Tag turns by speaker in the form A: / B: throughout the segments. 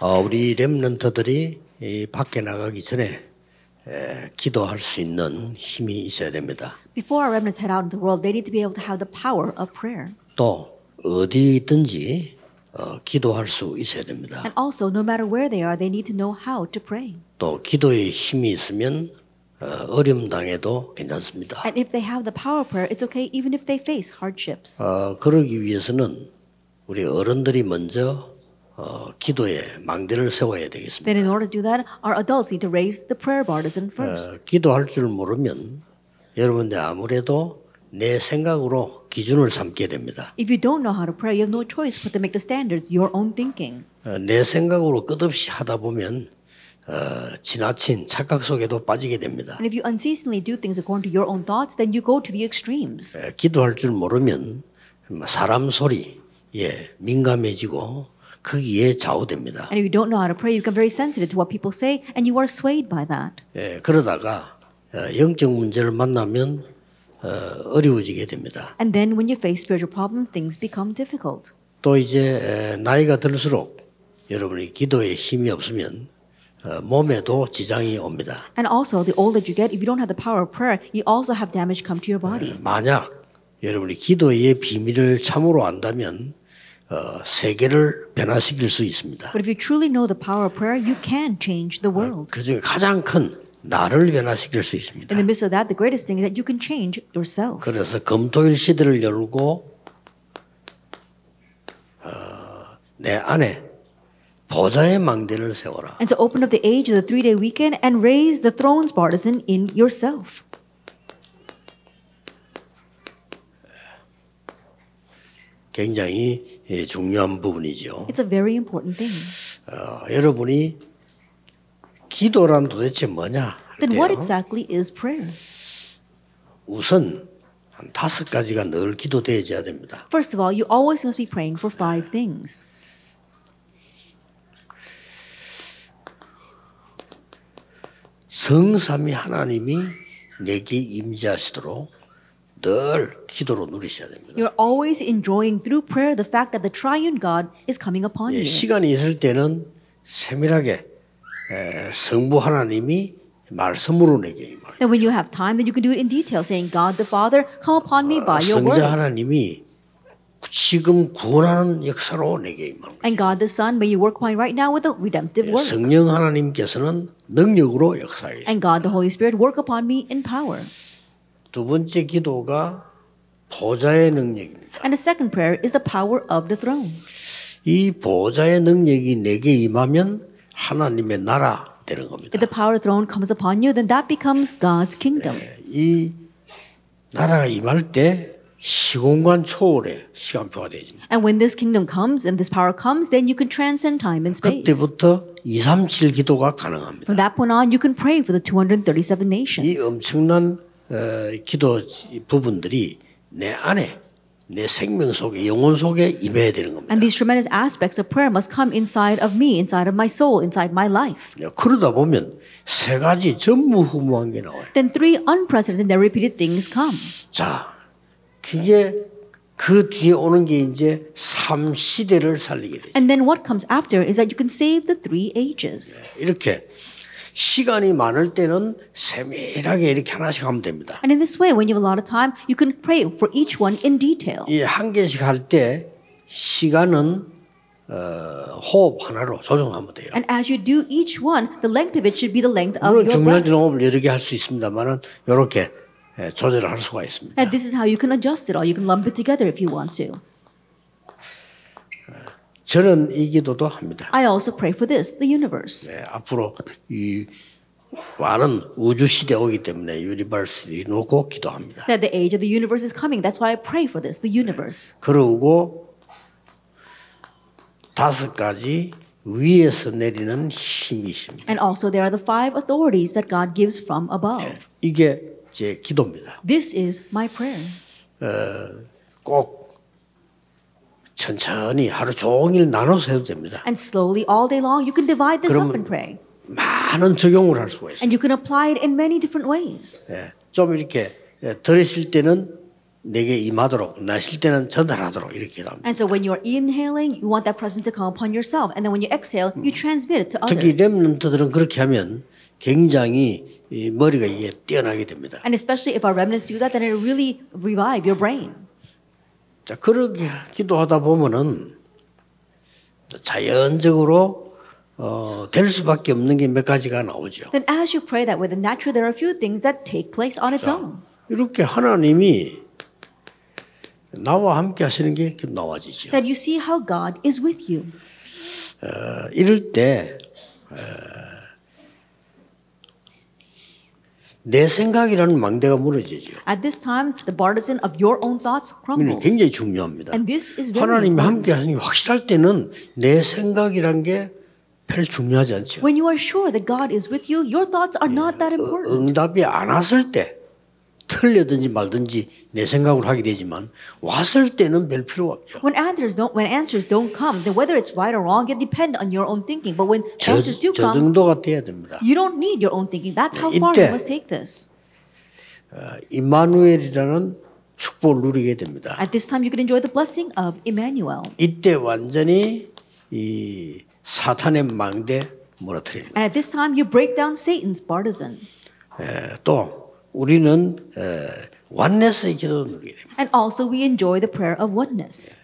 A: 어, 우리 렘런터들이 이 밖에 나가기 전에 에, 기도할 수 있는 힘이 있어야 됩니다.
B: Before our remnants head out into the world, they need to be able to have the power of prayer.
A: 또 어디 있든지 어, 기도할 수 있어야 됩니다.
B: And also, no matter where they are, they need to know how to pray.
A: 또 기도에 힘이 있으면 어, 어려움 당해도 괜찮습니다.
B: And if they have the power of prayer, it's okay even if they face hardships.
A: 어, 그러기 위해서는 우리 어른들이 먼저 어, 기도에 망대를 세워야 되겠습니다.
B: Then, in order to do that, our adults need to raise the prayer
A: 어,
B: partisan first.
A: 기도할 줄 모르면 여러분들 아무래도 내 생각으로 기준을 삼게 됩니다.
B: If you don't know how to pray, you have no choice but to make the standards your own thinking.
A: 어, 내 생각으로 끝없이 하다 보면 어, 지나친 착각 속에도 빠지게 됩니다.
B: And if you unceasingly do things according to your own thoughts, then you go to the extremes.
A: 어, 기도할 줄 모르면 뭐 사람 소리 예 민감해지고 거기에 좌우됩니다.
B: And if you don't know how to pray, you become very sensitive to what people say, and you are swayed by that.
A: 예, 그러다가 어, 영적 문제를 만나면 어, 어려워지게 됩니다.
B: And then, when you face spiritual problems, things become difficult.
A: 또 이제 에, 나이가 들수록 여러분이 기도에 힘이 없으면 어, 몸에도 지장이 옵니다.
B: And also, the older you get, if you don't have the power of prayer, you also have damage come to your body.
A: 만약 여러분이 기도의 비밀을 참으로 안다면 어, 세계를 변화시킬 수 있습니다.
B: But if you truly know the power of prayer, you can change the world.
A: 그 중에 가장 큰 나를 변화시킬 수
B: In
A: 있습니다.
B: the midst of that, the greatest thing is that you can change yourself.
A: 그래서 검토일 시대를 열고 어, 내 안에 보좌의 망대를 세워라.
B: And so, open up the age of the three day weekend and raise the throne's partisan in yourself.
A: 굉장히 예, 중요한 부분이죠.
B: It's a very important thing.
A: 어, 여러분이 기도란 도대체 뭐냐? 할
B: Then, what
A: 때요.
B: exactly is prayer?
A: 우선 한 다섯 가지가 늘 기도되어야 됩니다.
B: First of all, you always must be praying for five things.
A: 성삼위 하나님이 내게 임재하시도록 늘 기도로 누리셔야 됩니다.
B: You're always enjoying through prayer the fact that the triune God is coming upon
A: 예,
B: you.
A: 시간이 있을 때는 세밀하게 에, 성부 하나님이 말씀으로 내게 임하.
B: Then, when you have time, then you can do it in detail, saying, God the Father, come upon me
A: Uh,
B: by your word.
A: 성자 하나님이 지금 구원하는 역사로 내게 임하.
B: And God the Son, may you work upon right now with a redemptive work.
A: 성령 하나님께서는 능력으로 역사해.
B: And God the Holy Spirit, work upon me in power.
A: 두 번째 기도가 보좌의 능력입니다.
B: And the second prayer is the power of the throne.
A: 이 보좌의 능력이 내게 임하면 하나님의 나라 되는 겁니다.
B: If the power of the throne comes upon you, then that becomes God's kingdom.
A: 이 나라가 임할 때 시공간 초월의 시간표가 되어집니다.
B: And when this kingdom comes and this power comes, then you can transcend time and space.
A: 그때부터 2, 3, 7 기도가 가능합니다.
B: From that point on, you can pray for the
A: 이
B: 237 nations.
A: 엄청난 어, 기도 부분들이 내 안에 내 생명 속에 영혼 속에 임해야 되는 겁니다.
B: And these tremendous aspects of prayer must come inside of me, inside of my soul, inside my life.
A: 그러다 보면 세 가지 전무후무한 게 나와요.
B: Then three unprecedented and repeated things come.
A: 자, 그게 그 뒤에 오는 게 이제 삼 시대를 살리게 되죠.
B: And then what comes after is that you can save the three ages.
A: 이렇게 시간이 많을 때는 세밀하게 이렇게 하나씩 하면 됩니다.
B: And in this way, when you have a lot of time, you can pray for each one in detail.
A: 이 한 개씩 할 때 시간은 어, 호흡 하나로 조정하면 돼요.
B: And as you do each one, the length of it should be the length of
A: 물론
B: your
A: 중요한
B: breath.
A: 호흡을 여러 개 할 수 있습니다만은 이렇게 예, 조절을 할 수가 있습니다.
B: And this is how you can adjust it all. You can lump it together if you want to.
A: 저는 이 기도도 합니다.
B: I also pray for this, the universe.
A: 예, 앞으로 이 많은 우주 시대 오기 때문에 유니버스를 놓고 기도합니다.
B: That the age of the universe is coming. That's why I pray for this, the universe.
A: 그러고 다섯 가지 위에서 내리는 힘이 있습니다.
B: And also, there are the five authorities that God gives from above.
A: 이게 제 기도입니다.
B: This is my prayer.
A: 꼭 천천히 하루 종일 나눠서 해도 됩니다.
B: And slowly, all day long, you can divide this
A: 그럼-
B: up and pray.
A: 많은 적용을 할 수가 있어요.
B: And you can apply it in many different ways.
A: 예, 좀 이렇게 예, 들으실 때는 내게 임하도록 나쉴 때는 전달하도록 이렇게 기도합니다.
B: And so when you're inhaling, you want that presence to come upon yourself. And then when you exhale, you transmit it Hmm. to
A: 특히
B: others.
A: 렘넌트들은 그렇게 하면 굉장히 이 머리가 이게 뛰어나게 됩니다.
B: And especially if our remnants do that, then it really revive your brain.
A: 자 그렇게 기도하다 보면은 자연적으로 어, 될 수밖에 없는 게 몇 가지가 나오죠.
B: Then as you pray that way, then naturally there are a few things that take place on its own.
A: 이렇게 하나님이 나와 함께 하시는 게 이렇게 나와지죠.
B: That you see how God is with you.
A: 어, 이럴 때 어, 내 생각이라는 망대가 무너지죠.
B: At this time, the partisan of your own thoughts
A: 이는
B: crumbles.
A: 굉장히 중요합니다.
B: And this is very
A: 하나님이
B: important.
A: 함께 하는 게 확실할 때는 내 생각이란 게 별로 중요하지 않죠.
B: When you are sure that God is with you, your thoughts are not that important.
A: 응답이 안 왔을 때 틀려든지 말든지 내 생각으로 하게 되지만 왔을 때는 별 필요가 없죠.
B: When answers don't when answers don't come, then whether it's right or wrong, it depends on your own thinking. But when
A: 저,
B: answers do
A: 저
B: come,
A: 정도가 돼야 됩니다.
B: you don't need your own thinking. That's how far
A: 이때-
B: you must take this.
A: 임마누엘이라는 축복을 누리게 됩니다.
B: At this time, you can enjoy the blessing of Emmanuel.
A: 이때 완전히 이 사탄의 망대 무너뜨립니다.
B: And at this time, you break down Satan's partisan.
A: 에, 또 우리는 에, 완내스의 기도를 누리게 됩니다.
B: And also, we enjoy the prayer of oneness.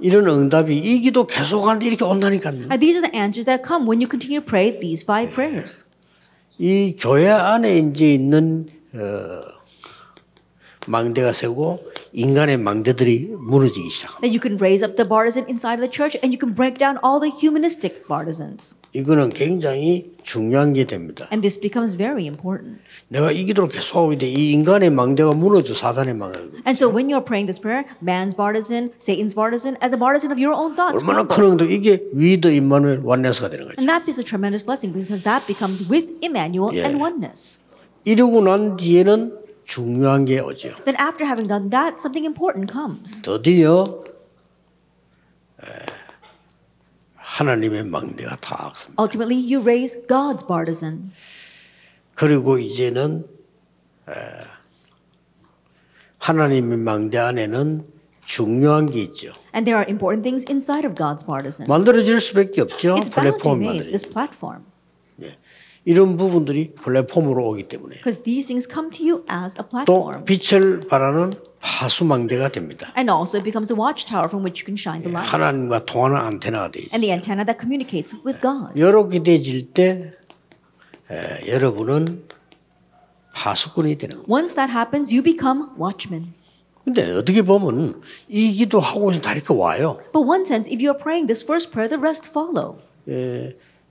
A: 이런 응답이 이 기도 계속하는데 이렇게 온다니까요.
B: And these are the answers that come when you continue to pray these five prayers.
A: 이 교회 안에 이제 있는 어, 망대가 세고 인간의 망대들이 무너지기 시작.
B: That you can raise up the partisan inside of the church and you can break down all the humanistic partisans.
A: 이거는 굉장히 중요한 게 됩니다.
B: And this becomes very important.
A: 내가 이 기도를 계속하고 있는데 이 인간의 망대가 무너져 사단의 망대.
B: And so when you're praying this prayer, man's partisan, Satan's partisan, and the partisan of your own thoughts.
A: 얼마나 큰 응답
B: crumble.
A: 이게 위더 임마누엘 완내스가 되는 거죠.
B: And that is a tremendous blessing because that becomes with Emmanuel
A: Yeah.
B: and oneness.
A: 이러고 난 뒤에는 중요한 게 오죠.
B: Then after having done that, something important comes.
A: 드디어 에, 하나님의 망대가 다 악습니다.
B: Ultimately, you raise God's partisan.
A: 그리고 이제는 에, 하나님의 망대 안에는 중요한 게 있죠.
B: And there are important things inside of God's partisan.
A: 만들어질 수밖에 없죠.
B: It's bound to be
A: 플랫폼
B: made,
A: 만들어.
B: this platform.
A: 예. 이런 부분들이 플랫폼으로 오기 때문에
B: Because these things come to you as a
A: 또
B: platform.
A: 빛을 발하는 하수망대가 됩니다.
B: And also, it becomes a watchtower from which you can shine the light.
A: 하나님과 통하는 안테나가 되죠.
B: And the antenna that communicates with God.
A: 이렇게 돼질 때 에, 여러분은 파수꾼이 되는 거예요.
B: Once that happens, you become watchmen.
A: 근데 어떻게 보면 이 기도하고 다 이렇게 와요.
B: But one sense, if you are praying this first prayer, the rest follow.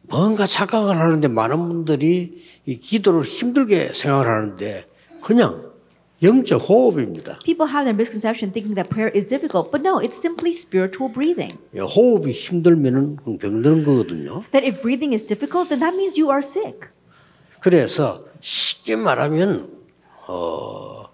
A: 뭔가 착각을 하는데 많은 분들이 이 기도를 힘들게 생각을 하는데 그냥 영적 호흡입니다.
B: People have their misconception thinking that prayer is difficult, but no, it's simply spiritual breathing.
A: 예, 호흡이 힘들면은 병드는 거거든요.
B: That if breathing is difficult, then that means you are sick.
A: 그래서 쉽게 말하면 어,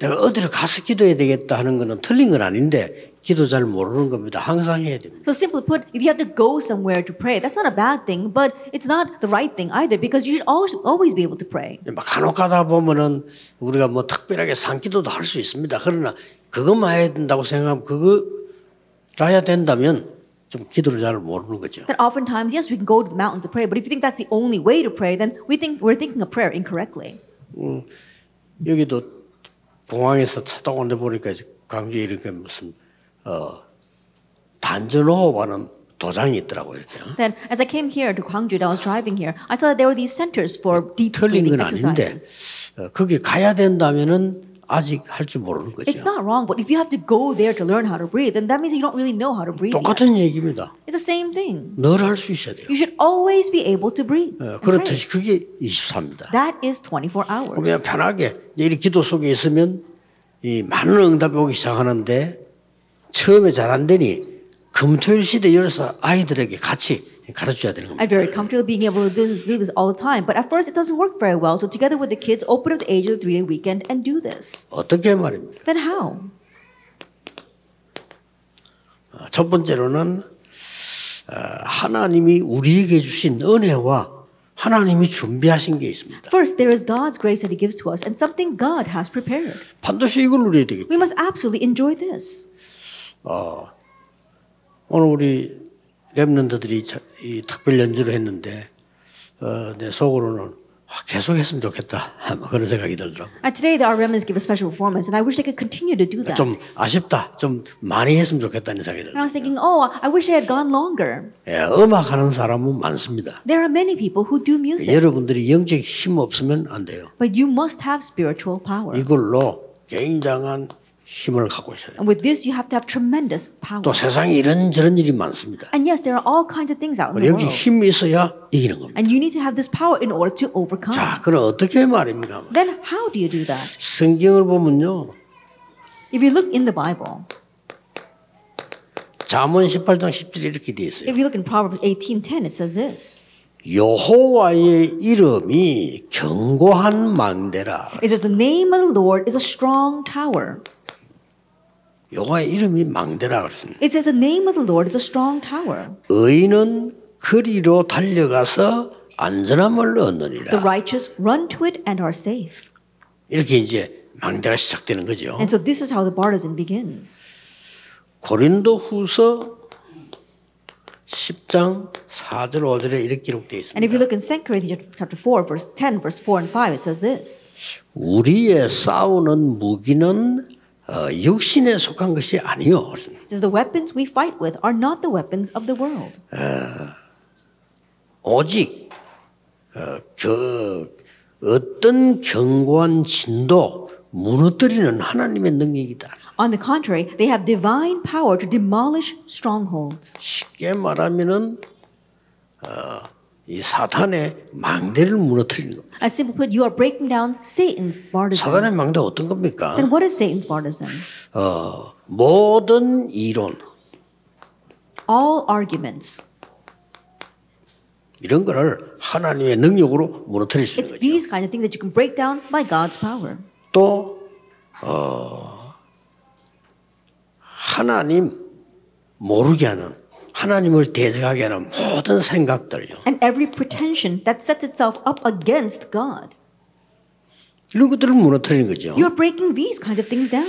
A: 내가 어디로 가서 기도해야 되겠다 하는 거는 틀린 건 아닌데 기도 잘 모르는 겁니다. 항상 해야 됩니다.
B: So simply put, if you have to go somewhere to pray, that's not a bad thing, but it's not the right thing either because you should always always be able to pray.
A: 막 간혹 가다 보면은 우리가 뭐 특별하게 산기도도 할 수 있습니다. 그러나 그것만 해야 된다고 생각하면 그거라야 된다면 좀 기도를 잘 모르는 거죠.
B: That oftentimes, yes, we can go to the mountain to pray, but if you think that's the only way to pray, then we think we're thinking of prayer incorrectly.
A: 여기도 공항에서 차 타고 온데 보니까 이제 광주에 이렇게 무슨 어 단전호흡하는 도장이 있더라고요. 이렇게.
B: Then, as I came here to Gwangju, I was driving here, I saw that there were these centers for deep
A: 틀린
B: breathing
A: 건 아닌데
B: exercises.
A: 그러니까 어, 거기 가야 된다면은 아직 할 줄 모르는
B: It's
A: 거죠.
B: not wrong, but if you have to go there to learn how to breathe, then that means you don't really know how to breathe. yet.
A: 똑같은 얘기입니다.
B: It's the same thing.
A: 늘 할 수 있어야 돼요.
B: You should always be able to breathe.
A: 어,
B: and pray.
A: 그렇듯이 그게 24입니다.
B: That is 24 hours.
A: 그냥 편하게 이제 이 기도 속에 있으면 이 많은 응답이 오기 시작하는데 처음에 잘 안 되니 금토일 시대 열사 아이들에게 같이 가르쳐야 되는 겁니다.
B: I'm very comfortable being able to do this, do this all the time, but at first it doesn't work very well. So together with the kids, open up the age of the three-day weekend and do this.
A: 어떻게 말입니다.
B: Then how?
A: 어, 첫 번째로는 어, 하나님이 우리에게 주신 은혜와 하나님이 준비하신 게 있습니다.
B: First, there is God's grace that He gives to us and something God has prepared.
A: 반드시 이걸 누려야 되겠죠.
B: We must absolutely enjoy this.
A: 오늘 우리 랩런더들이 자- 이 특별 연주를 했는데 어, 내 속으로는 아, 계속 했으면 좋겠다. 아마 그런 생각이 들더라고요.
B: And today, the RMs give a special performance, and I wish they could continue to do that.
A: 좀 아쉽다. 좀 많이 했으면 좋겠다는 생각이
B: And
A: 들어요.
B: I was thinking, oh, I wish I had gone longer.
A: 예, 음악하는 사람은 많습니다.
B: There are many people who do music,
A: 여러분들이 영적 힘 없으면 안 돼요.
B: but you must have spiritual power.
A: 이걸로 굉장한 힘을 갖고 있어요.
B: And with this, you have to have tremendous power.
A: 또 세상에 이런저런 일이 많습니다.
B: And yes, there are all kinds of things out in the
A: 여기
B: world.
A: 힘이 있어야 이기는 겁니다.
B: And you need to have this power in order to overcome.
A: 자, 그럼 어떻게 말입니까?
B: Then how do you do that?
A: 성경을 보면요.
B: If you look in the Bible,
A: 잠언 18장 10절에 이렇게 돼 있어요.
B: if you look in Proverbs 18:10, it says this.
A: 여호와의 이름이 견고한 망대라.
B: It says, The name of the Lord is a strong tower.
A: 여호와의 이름이 망대라 그랬습니다.
B: It says, The name of the Lord is a strong tower.
A: 의인은 거리로 달려가서 안전함을
B: The
A: 얻느니라.
B: righteous run to it and are safe.
A: 이렇게 이제 망대가 시작되는 거죠.
B: And so this is how the bartizan begins.
A: 고린도후서 10장 4절 5절에 이렇게 기록되어
B: And if
A: 있습니다.
B: you look in 2 Corinthians chapter 4, verse 10, verse 4 and 5, it says this.
A: 우리의 싸우는 무기는 어, 육신에 속한 것이 아니요.
B: It says, The weapons we fight with are not the weapons of the world,
A: 오직 어, 그 어떤 견고한 진도 무너뜨리는 하나님의 능력이다.
B: On the contrary, they have divine power to demolish strongholds.
A: 쉽게 말하면은 어, 이 사탄의 망대를 무너뜨리는 겁니다.
B: As simply put, you are breaking down Satan's bartizan.
A: 사탄의 망대 어떤 겁니까?
B: Then what is Satan's bartizan?
A: 어, 모든 이론
B: All arguments.
A: 이런 거를 하나님의 능력으로 무너뜨릴 수
B: It's
A: 있는 거죠.
B: these kind of things that you can break down by God's power.
A: 또 어, 하나님 모르게 하는 하나님을 대적하게 하는 모든 생각들요.
B: And every pretension that sets itself up against God.
A: 이런 것들을 무너뜨리는 거죠.
B: You're breaking these kinds of things down.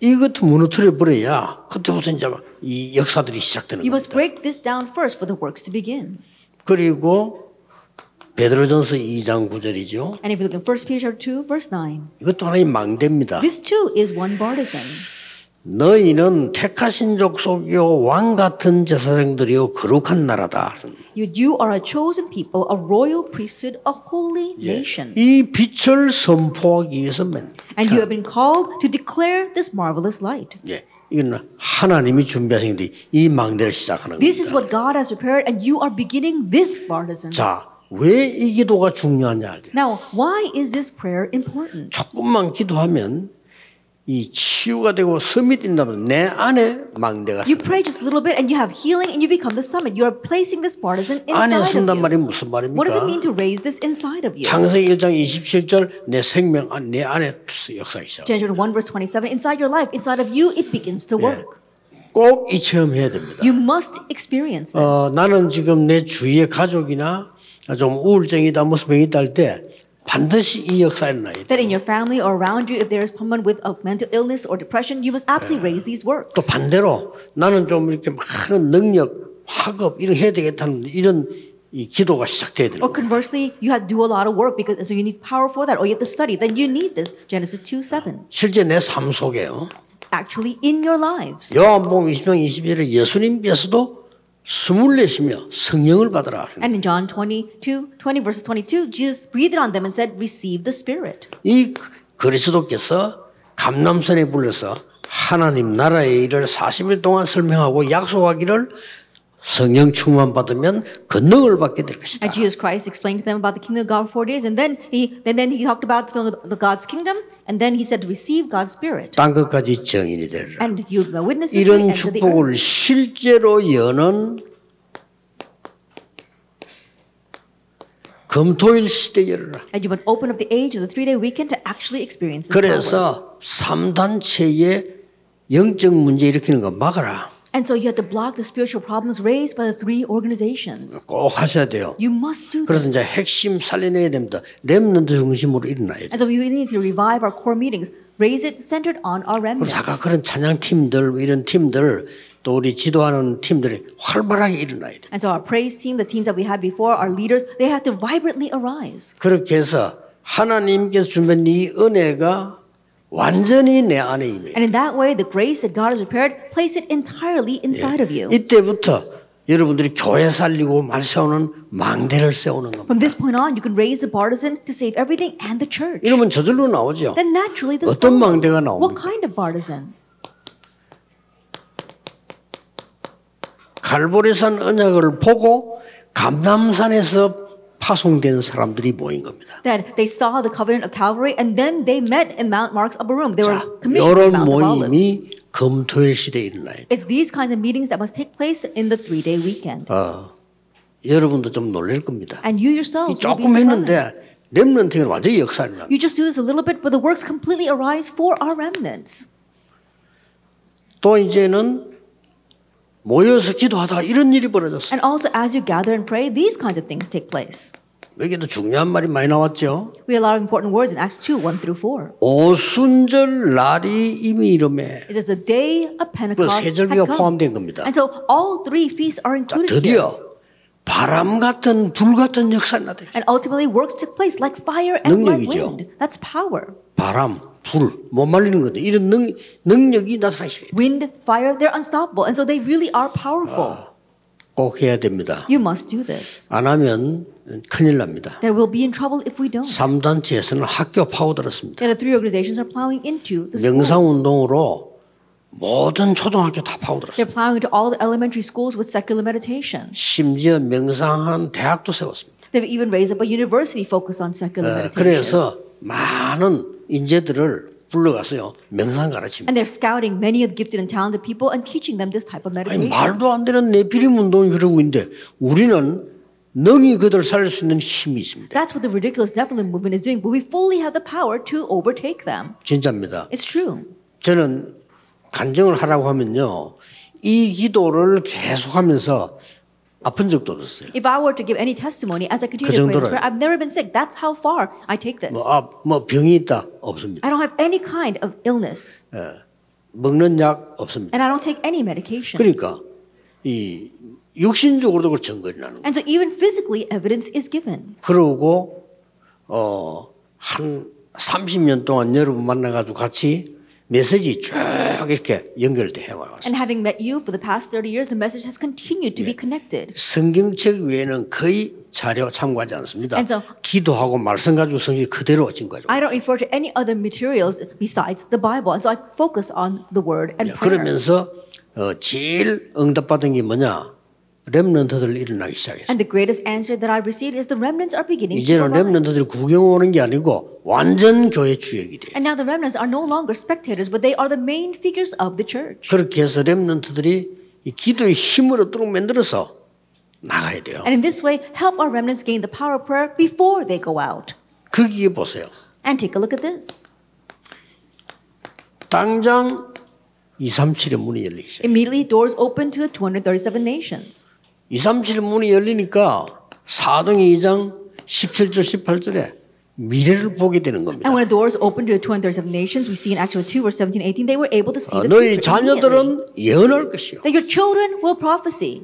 A: 이것도 무너뜨려 버려야 그때부터 이제 이 역사들이 시작되는
B: You must
A: 겁니다.
B: break this down first for the works to begin.
A: 그리고 베드로전서 2장 9절이죠.
B: And if you look in 1 Peter chapter 2, verse 9,
A: 이것도 하나의 망대입니다.
B: this too is one bartizan.
A: 너희는 택하신 족속이요 왕 같은 제사장들이요 거룩한 나라다.
B: You, you are a chosen people, a royal priesthood, a holy nation.
A: 이 빛을 선포하기 위해서만
B: And you have been called to declare this marvelous light.
A: 예, 이건 하나님이 준비하신 데이 망대를 시작하는
B: This is
A: 겁니다.
B: what God has prepared, and you are beginning this bartizan.
A: 자, 왜 이 기도가 중요하냐 할 때.
B: Now, why is this prayer important?
A: 조금만 기도하면 이 치유가 되고 섬이 된다면 내 안에 망대가
B: You
A: 쓴다.
B: pray just a little bit, and you have healing, and you become the summit. You are placing this bartizan
A: 안에
B: inside
A: 쓴단
B: of you.
A: 말이 무슨
B: What does
A: 말입니까?
B: it mean to raise this inside of you?
A: 창세기 1장 27절 내 생명 안, 내 안에 역사기 시작.
B: Genesis 1 verse 27, inside your life, inside of you, it begins to work.
A: 꼭 이 체험해야 됩니다.
B: You must experience this.
A: 어, 나는 지금 내 주위의 가족이나 좀 우울증이다 무슨 병이 있다 할 때 반드시 이 역사 일어나야 돼.
B: that in your family or around you, if there is someone with a mental illness or depression, you must absolutely raise these
A: 또
B: works.
A: 반대로 나는 좀 이렇게 많은 능력, 학업 이런 거 해야 되겠다는 이런 이 기도가 시작돼야 되는
B: Or
A: 거예요.
B: conversely, you have to do a lot of work because so you need power for that, or you have to study. Then you need this Genesis 2 7.
A: 실제 내 삶 속에요.
B: Actually, in your lives,
A: 요한복음 20장 21절에 예수님께서도 숨을 내쉬며 성령을 받으라.
B: and in John 22 20 verses 22, Jesus breathed on them and said, "Receive the Spirit."
A: 이 그리스도께서 감남산에 불러서 하나님 나라의 일을 40일 동안 설명하고 약속하기를 성령 충만 받으면 권능을 받게 될 것이다.
B: And Uh, Jesus Christ explained to them about the kingdom of God for 40 days, and then he and then he talked about filling the, the God's kingdom, and then he said, "Receive God's Spirit."
A: 땅 끝까지 정인이 되리라.
B: And you will witness to the
A: 이런
B: ends of the earth.
A: 축복을 실제로 여는 금토일 시대에 열어라.
B: And you must open up the age of the three-day weekend to actually experience this power.
A: 그래서 삼단체의 영적 문제 일으키는 거 막아라.
B: And so you have to block the spiritual problems raised by the three organizations.
A: 꼭 하셔야 돼요.
B: You must do
A: 그래서
B: this.
A: 이제 핵심 살려내야 됩니다. 렘넌트 중심으로 일어나야 돼요.
B: And so we really need to revive our core meetings, raise it centered on our
A: 그리고
B: remnants.
A: 자가 그런 찬양팀들 뭐 이런 팀들 또 우리 지도하는 팀들이 활발하게 일어나야 돼요.
B: And so our praise team, the teams that we had before, our leaders, they have to vibrantly arise.
A: 그렇게 해서 하나님께서 주면 이 은혜가 완전히 내 안에 임해.
B: And in that way, the grace that God has prepared, place it entirely inside of you.
A: 이때부터 여러분들이 교회 살리고 말 세우는 망대를 세우는 겁니다.
B: From this point on, you can raise the partisan to save everything and the church.
A: 이러면 저절로 나오죠.
B: Then naturally, this
A: 어떤
B: follows.
A: 망대가
B: What
A: 나옵니까?
B: kind of partisan?
A: 갈보리산 언약을 보고 감남산에서 파송된 사람들이 모인 겁니다.
B: Then they saw the covenant of Calvary, and then they met in Mount Mark's upper room. They were
A: 자,
B: commissioned in
A: 이런
B: Mount of Olives.
A: 아, 모임이 금토일 시대에 일어나요.
B: It's these kinds of meetings that must take place in the three-day weekend.
A: 여러분도 좀 놀랄 겁니다.
B: And you yourselves will be
A: 조금
B: surprised.
A: 했는데 렘런팅은 완전히 역사입니다.
B: You just do this a little bit, but the works completely arise for our remnants.
A: 또 이제는 모여서 기도하다가 이런 일이 벌어졌어요.
B: And also, as you gather and pray, these kinds of things take place.
A: 여기도 중요한 말이 많이 나왔죠.
B: We have a lot of important words in Acts 2, 1 through 4.
A: 오순절 날이 이미 이름에
B: It says the day of Pentecost
A: 세
B: had
A: 절기가
B: come.
A: 포함된 겁니다.
B: And so all three feasts are included here.
A: 드디어 바람 같은 불 같은 역사가 나타요
B: And ultimately works took place like fire and like
A: 능력이죠.
B: wind. That's power.
A: 바람, 불, 못 말리는 건데 이런 능, 능력이 나타나셔요.
B: Wind, fire, they're unstoppable. And so they really are powerful.
A: 꼭 해야 됩니다.
B: You must do this.
A: 안 하면 큰일 납니다.
B: There will be in trouble if we don't.
A: 삼단체에서는 학교 파고들었습니다.
B: There are three organizations are plowing into the schools.
A: 명상운동으로 모든 초등학교 다 파고들었어요.
B: They're plowing into all the elementary schools with secular meditation.
A: 심지어 명상한 대학도 세웠습니다.
B: They've even raised up a university focused on
A: 어,
B: secular meditation.
A: 그래서 많은 인재들을 불러가서요. 명상 가르칩니다.
B: And they're scouting many of the gifted and talented people and teaching them this type of
A: 아니
B: meditation.
A: 말도 안 되는 내피림 운동이 그러고 있는데 우리는 능히 그들 살릴 수 있는 힘이 있습니다.
B: That's what the ridiculous Nephilim movement is doing, but we fully have the power to overtake them.
A: 진짜입니다.
B: It's true.
A: 저는 간증을 하라고 하면요. 이 기도를 계속하면서 아픈 적도 없었어요.
B: If I were to give any testimony as I
A: 그
B: continue to pray this
A: 정도로요.
B: prayer, I've never been sick. That's how far I take this.
A: 뭐, 아, 뭐 병이 있다 없습니다.
B: I don't have any kind of illness,
A: 먹는 약 없습니다.
B: and I don't take any medication.
A: 그러니까 이 육신적으로도 그 증거이 나는 거예요.
B: And so, even physically, evidence is given.
A: 그러고 어, 어한 30년 동안 여러분 만나가지고 같이 메시지 쭉 이렇게 연결돼 해와요.
B: And having met you for the past 30 years, the message has continued to be connected.
A: 성경책 외에는 거의 자료 참고하지 않습니다.
B: And so-
A: 기도하고 말씀 가지고 성경 그대로 증거죠
B: I don't refer to any other materials besides the Bible, and so I focus on the Word and prayer.
A: 그러면서 어, 제일 응답받은 게 뭐냐? 렘넌트들 일어나기 시작했어요.
B: And the greatest answer that I've received is the remnants are beginning to
A: 이제는
B: arise.
A: 렘넌트들이 구경 오는 게 아니고 완전 교회 주역이 돼요.
B: And now the remnants are no longer spectators, but they are the main figures of the church.
A: 그렇게 해서 렘넌트들이 이 기도의 힘을 얻도록 만들어서 나가야 돼요.
B: And in this way, help our remnants gain the power of prayer before they go out.
A: 거기에 보세요.
B: And take a look at this.
A: 당장 237의 문이 열리기 요
B: Immediately, doors open to the 237 nations.
A: 237의 문이 열리니까 4등 2장 17절 18절에 미래를 보게 되는 겁니다.
B: And when the doors open to the 237 nations, we see in Acts chapter 2, verse 17 18, they were able to see
A: 어,
B: the
A: 너희
B: future immediately.
A: 자녀들은 예언할 것이요.
B: That your children will prophecy,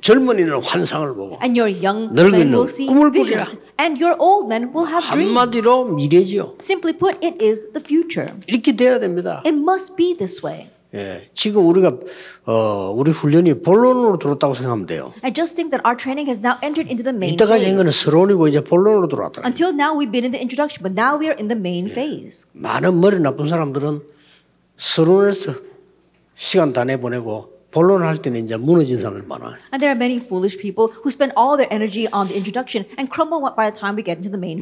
A: 젊은이는 환상을 보고
B: and your young
A: 늙은
B: men will
A: 놈
B: see
A: 꿈을 꾸리라.
B: visions, and your old men will have dreams.
A: 한마디로 미래지요.
B: Simply put, it is the future.
A: 이렇게 돼야 됩니다.
B: It must be this way.
A: 예, 지금 우리가 어, 우리 훈련이 본론으로 들었다고 생각하면 돼요.
B: I just think that our training has now entered into the main
A: 이때까지 한 거는
B: phase.
A: 서론이고 이제 본론으로 들어왔더라.
B: Until now, we've been in the introduction, but now we are in the main phase.
A: 많은 머리 나쁜 사람들은 서론에서 시간 다 내보내고 본론 할 때는 이제 무너진 사람들 많아.
B: And there are many foolish people who spend all their energy on the introduction and crumble by the time we get into the main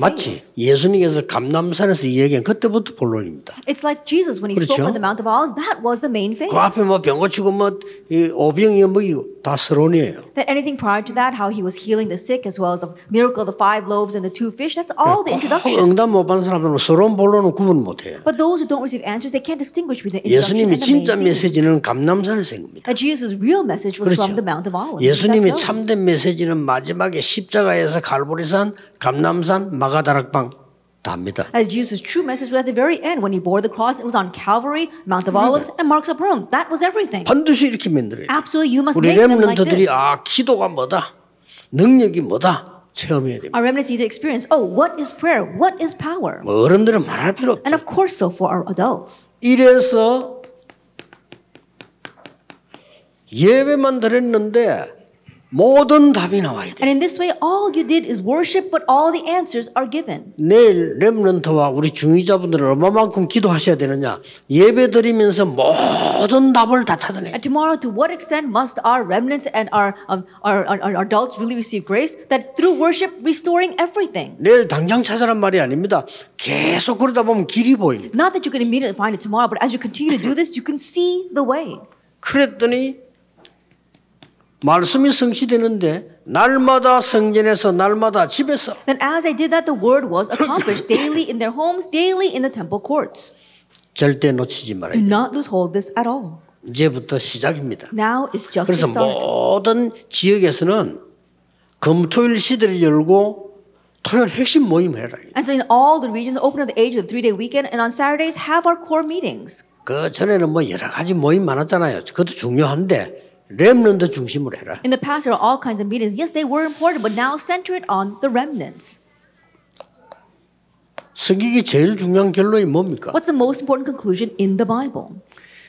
A: 마치
B: phase.
A: 예수님께서 감남산에서 이야기한 그때부터 본론입니다.
B: It's like Jesus when he spoke
A: 그렇죠.
B: on the Mount of Olives, that was the main phase.
A: 그 앞에 뭐 병고치고 뭐 이 오병이 먹이고 다 서론이에요.
B: That anything prior to that, how he was healing the sick as well as the miracle of the five loaves and the two fish, that's all the
A: 혹
B: introduction.
A: 어, 응답 못 받는 사람들은 서론 본론은 구분 못해요.
B: But those who don't receive answers, they can't distinguish between the introduction
A: 예수님이
B: and the main
A: 진짜
B: theme.
A: 메시지는 감남산에서 한 겁니다.
B: That Jesus' real message was
A: 그렇죠.
B: from the Mount of Olives.
A: 예수님이
B: That's all.
A: 참된 메시지는 마지막에 십자가에서 갈보리산, 감남산, 마가다락방 다 합니다.
B: As Jesus' true message was at the very end when he bore the cross, it was on Calvary, Mount of Olives, and Marks of Rome. That was everything.
A: 반드시 이렇게 만들어요.
B: Absolutely, you must
A: 우리
B: make them 아, like
A: 렘런트들이
B: this.
A: 아 기도가 뭐다, 능력이 뭐다 체험해야 됩니다.
B: Our remnants need to experience, oh, what is prayer? What is power?
A: 뭐 어른들은 말할 필요 없죠.
B: And of course, so for our adults.
A: 이래서 예배만 드렸는데 모든 답이 나와야 돼.
B: And in this way, all you did is worship, but all the answers are given.
A: 내일 렘런트와 우리 중위자분들은 얼마만큼 기도하셔야 되느냐? 예배 드리면서 모든 답을 다 찾아내.
B: And tomorrow, to what extent must our remnants and our, um, our, our, our adults really receive grace? That through worship, restoring everything.
A: 내일 당장 찾으란 말이 아닙니다. 계속 그러다 보면 길이 보입니다.
B: Not that you can immediately find it tomorrow, but as you continue to do this, you can see the way.
A: 그랬더니 말씀이 성취되는데 날마다 성전에서 날마다 집에서
B: Then, as I did that, the word was accomplished daily in their homes, daily in the temple courts.
A: 절대 놓치지
B: Do
A: 말아요.
B: not lose hold of this at all.
A: 이제부터 시작입니다.
B: Now is just the
A: 그래서
B: start.
A: 모든 지역에서는 금토일 시대를 열고 토요일 핵심 모임 해라.
B: And so in all the regions, open up the age of the three-day weekend, and on Saturdays have our core meetings.
A: 그 전에는 뭐 여러 가지 모임 많았잖아요. 그것도 중요한데 렘런드 중심으로 해라.
B: In the past, there were all kinds of meetings. Yes, they were important, but now center it on the remnants.
A: 성격이 제일 중요한 결론이 뭡니까?
B: What's the most important conclusion in the Bible?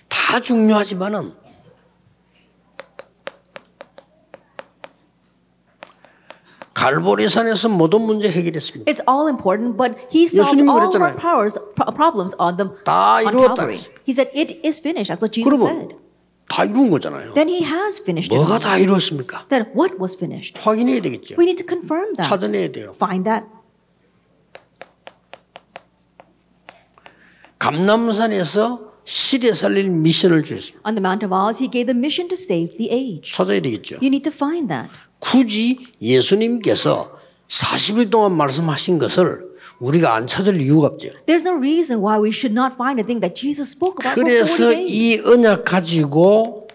A: 다 중요하지만은 갈보리산에서 모든 문제 해결했습니다.
B: It's all important, but he solved
A: 예수님이
B: all of our
A: 그랬잖아요.
B: powers, pro- problems on the
A: 다
B: on
A: 이루었다
B: Calvary.
A: 그랬어요.
B: He said, "It is finished." That's what Jesus said.
A: 그러면 다 이룬 거잖아요.
B: Then he has finished it.
A: 뭐가
B: all.
A: 다 이루었습니까?
B: Then what was finished?
A: 확인해야 되겠죠.
B: We need to confirm that.
A: 찾아내야 돼요.
B: Find that.
A: 감남산에서 시대 살릴 미션을 주셨습니다.
B: On the Mount of Olives, he gave the mission to save the age.
A: 찾아야 되겠죠.
B: You need to find that.
A: 굳이 예수님께서 40일 동안 말씀하신 것을 우리가 안 찾을 이유가 없죠.
B: There's no reason why we should not find a thing that Jesus spoke about for 40
A: 그래서
B: days.
A: 이 언약 가지고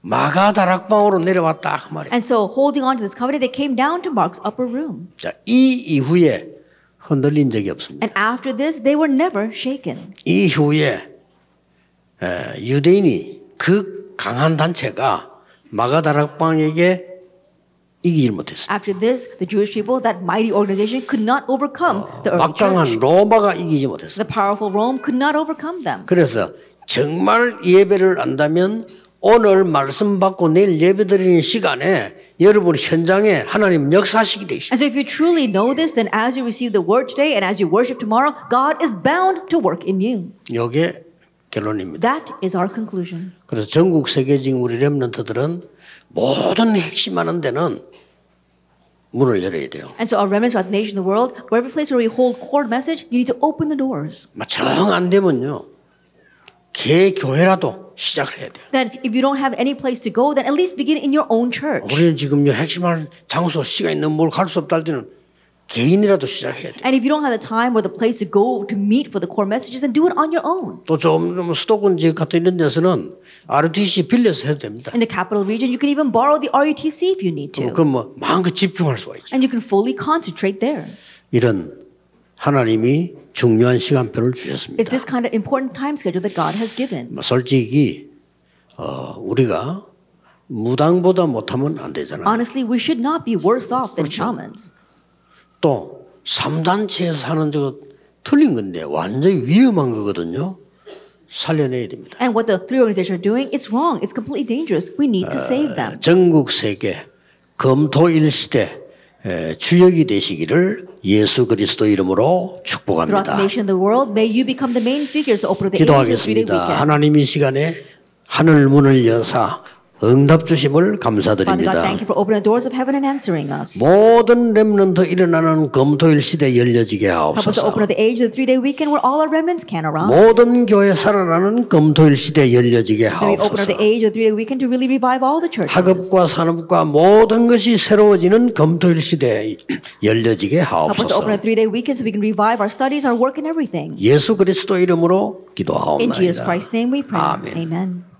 A: 마가 다락방으로 내려왔다 그 말이에요.
B: And so, holding on to this covenant, they came down to Mark's upper room.
A: 자, 이 이후에 흔들린 적이 없습니다.
B: And after this, they were never shaken.
A: 이 후에 에, 유대인이 그 강한 단체가 마가 다락방에게 이기질 못했습니다.
B: After this, the Jewish people, that mighty organization, could not overcome the early
A: Oh, 막강한
B: church.
A: 로마가 이기지 못했습니다.
B: The powerful Rome could not overcome them.
A: 그래서 정말 예배를 안다면 오늘 말씀 받고 내일 예배 드리는 시간에 여러분 현장에 하나님 역사하시게 되십니다.
B: And so, if you truly know this, then as you receive the word today and as you worship tomorrow, God is bound to work in you.
A: 이게 결론입니다.
B: That is our conclusion.
A: 그래서 전국 세계 지금 우리 렘런트들은 모든 핵심하는 데는 문을 열어야 돼요.
B: And so, our remnants throughout the nation, the world, wherever place where we hold core message, you need to open the doors.
A: 뭐 정안 되면요. 개 교회라도 시작을 해야 돼요.
B: Then, if you don't have any place to go, then at least begin in your own church.
A: 우리는 지금 요 핵심하는 장소 시간이 너무 멀고 갈수 없다 할 때는 개인이라도 시작해야 돼요.
B: And if you don't have the time or the place to go to meet for the core messages, then do it on your own.
A: 또 좀, 좀 수도권 지역 같은 이런 데서는 RTC 빌려서 해도 됩니다.
B: In the capital region, you can even borrow the RUTC if you need to.
A: 그럼 뭐 마음껏 집중할 수가 있죠.
B: And you can fully concentrate there.
A: 이런 하나님이 중요한 시간표를
B: It's
A: 주셨습니다.
B: this kind of important time schedule that God has given.
A: 뭐 솔직히 어, 우리가 무당보다 못하면 안 되잖아요.
B: Honestly, we should not be worse off than shamans.
A: 또 삼단체에서 사는 저거 틀린 건데 완전히 위험한 거거든요. 살려내야 됩니다.
B: And what the three organizations are doing, it's wrong. It's completely dangerous. We need to save them.
A: 전국 세계 검토일 시대 에, 주역이 되시기를 예수 그리스도 이름으로
B: Throughout the
A: 축복합니다.
B: nation and the world, may you become the main figures to open up the angels three-day
A: 기도하겠습니다.
B: weekend.
A: 하나님 이 시간에 하늘 문을 여사 응답 주심을
B: Father God,
A: 감사드립니다.
B: thank you for opening the doors of heaven and answering us.
A: 모든 렘넌트 일어나는 검토일 시대 열려지게
B: Help us to
A: 하옵소서.
B: open up the age of the three-day weekend where all our remnants can arise.
A: 모든 교회 살아나는 검토일 시대 열려지게
B: May we open up
A: 하옵소서.
B: the age of the three-day weekend to really revive all the churches.
A: 학업과 산업과 모든 것이 새로워지는 검토일 시대에 열려지게
B: Help us to
A: 하옵소서.
B: open up the three-day weekend so we can revive our studies, our work, and everything.
A: 예수 그리스도 이름으로
B: In
A: 기도하옵나이다.
B: Jesus Christ's name we pray.
A: Amen.
B: Amen.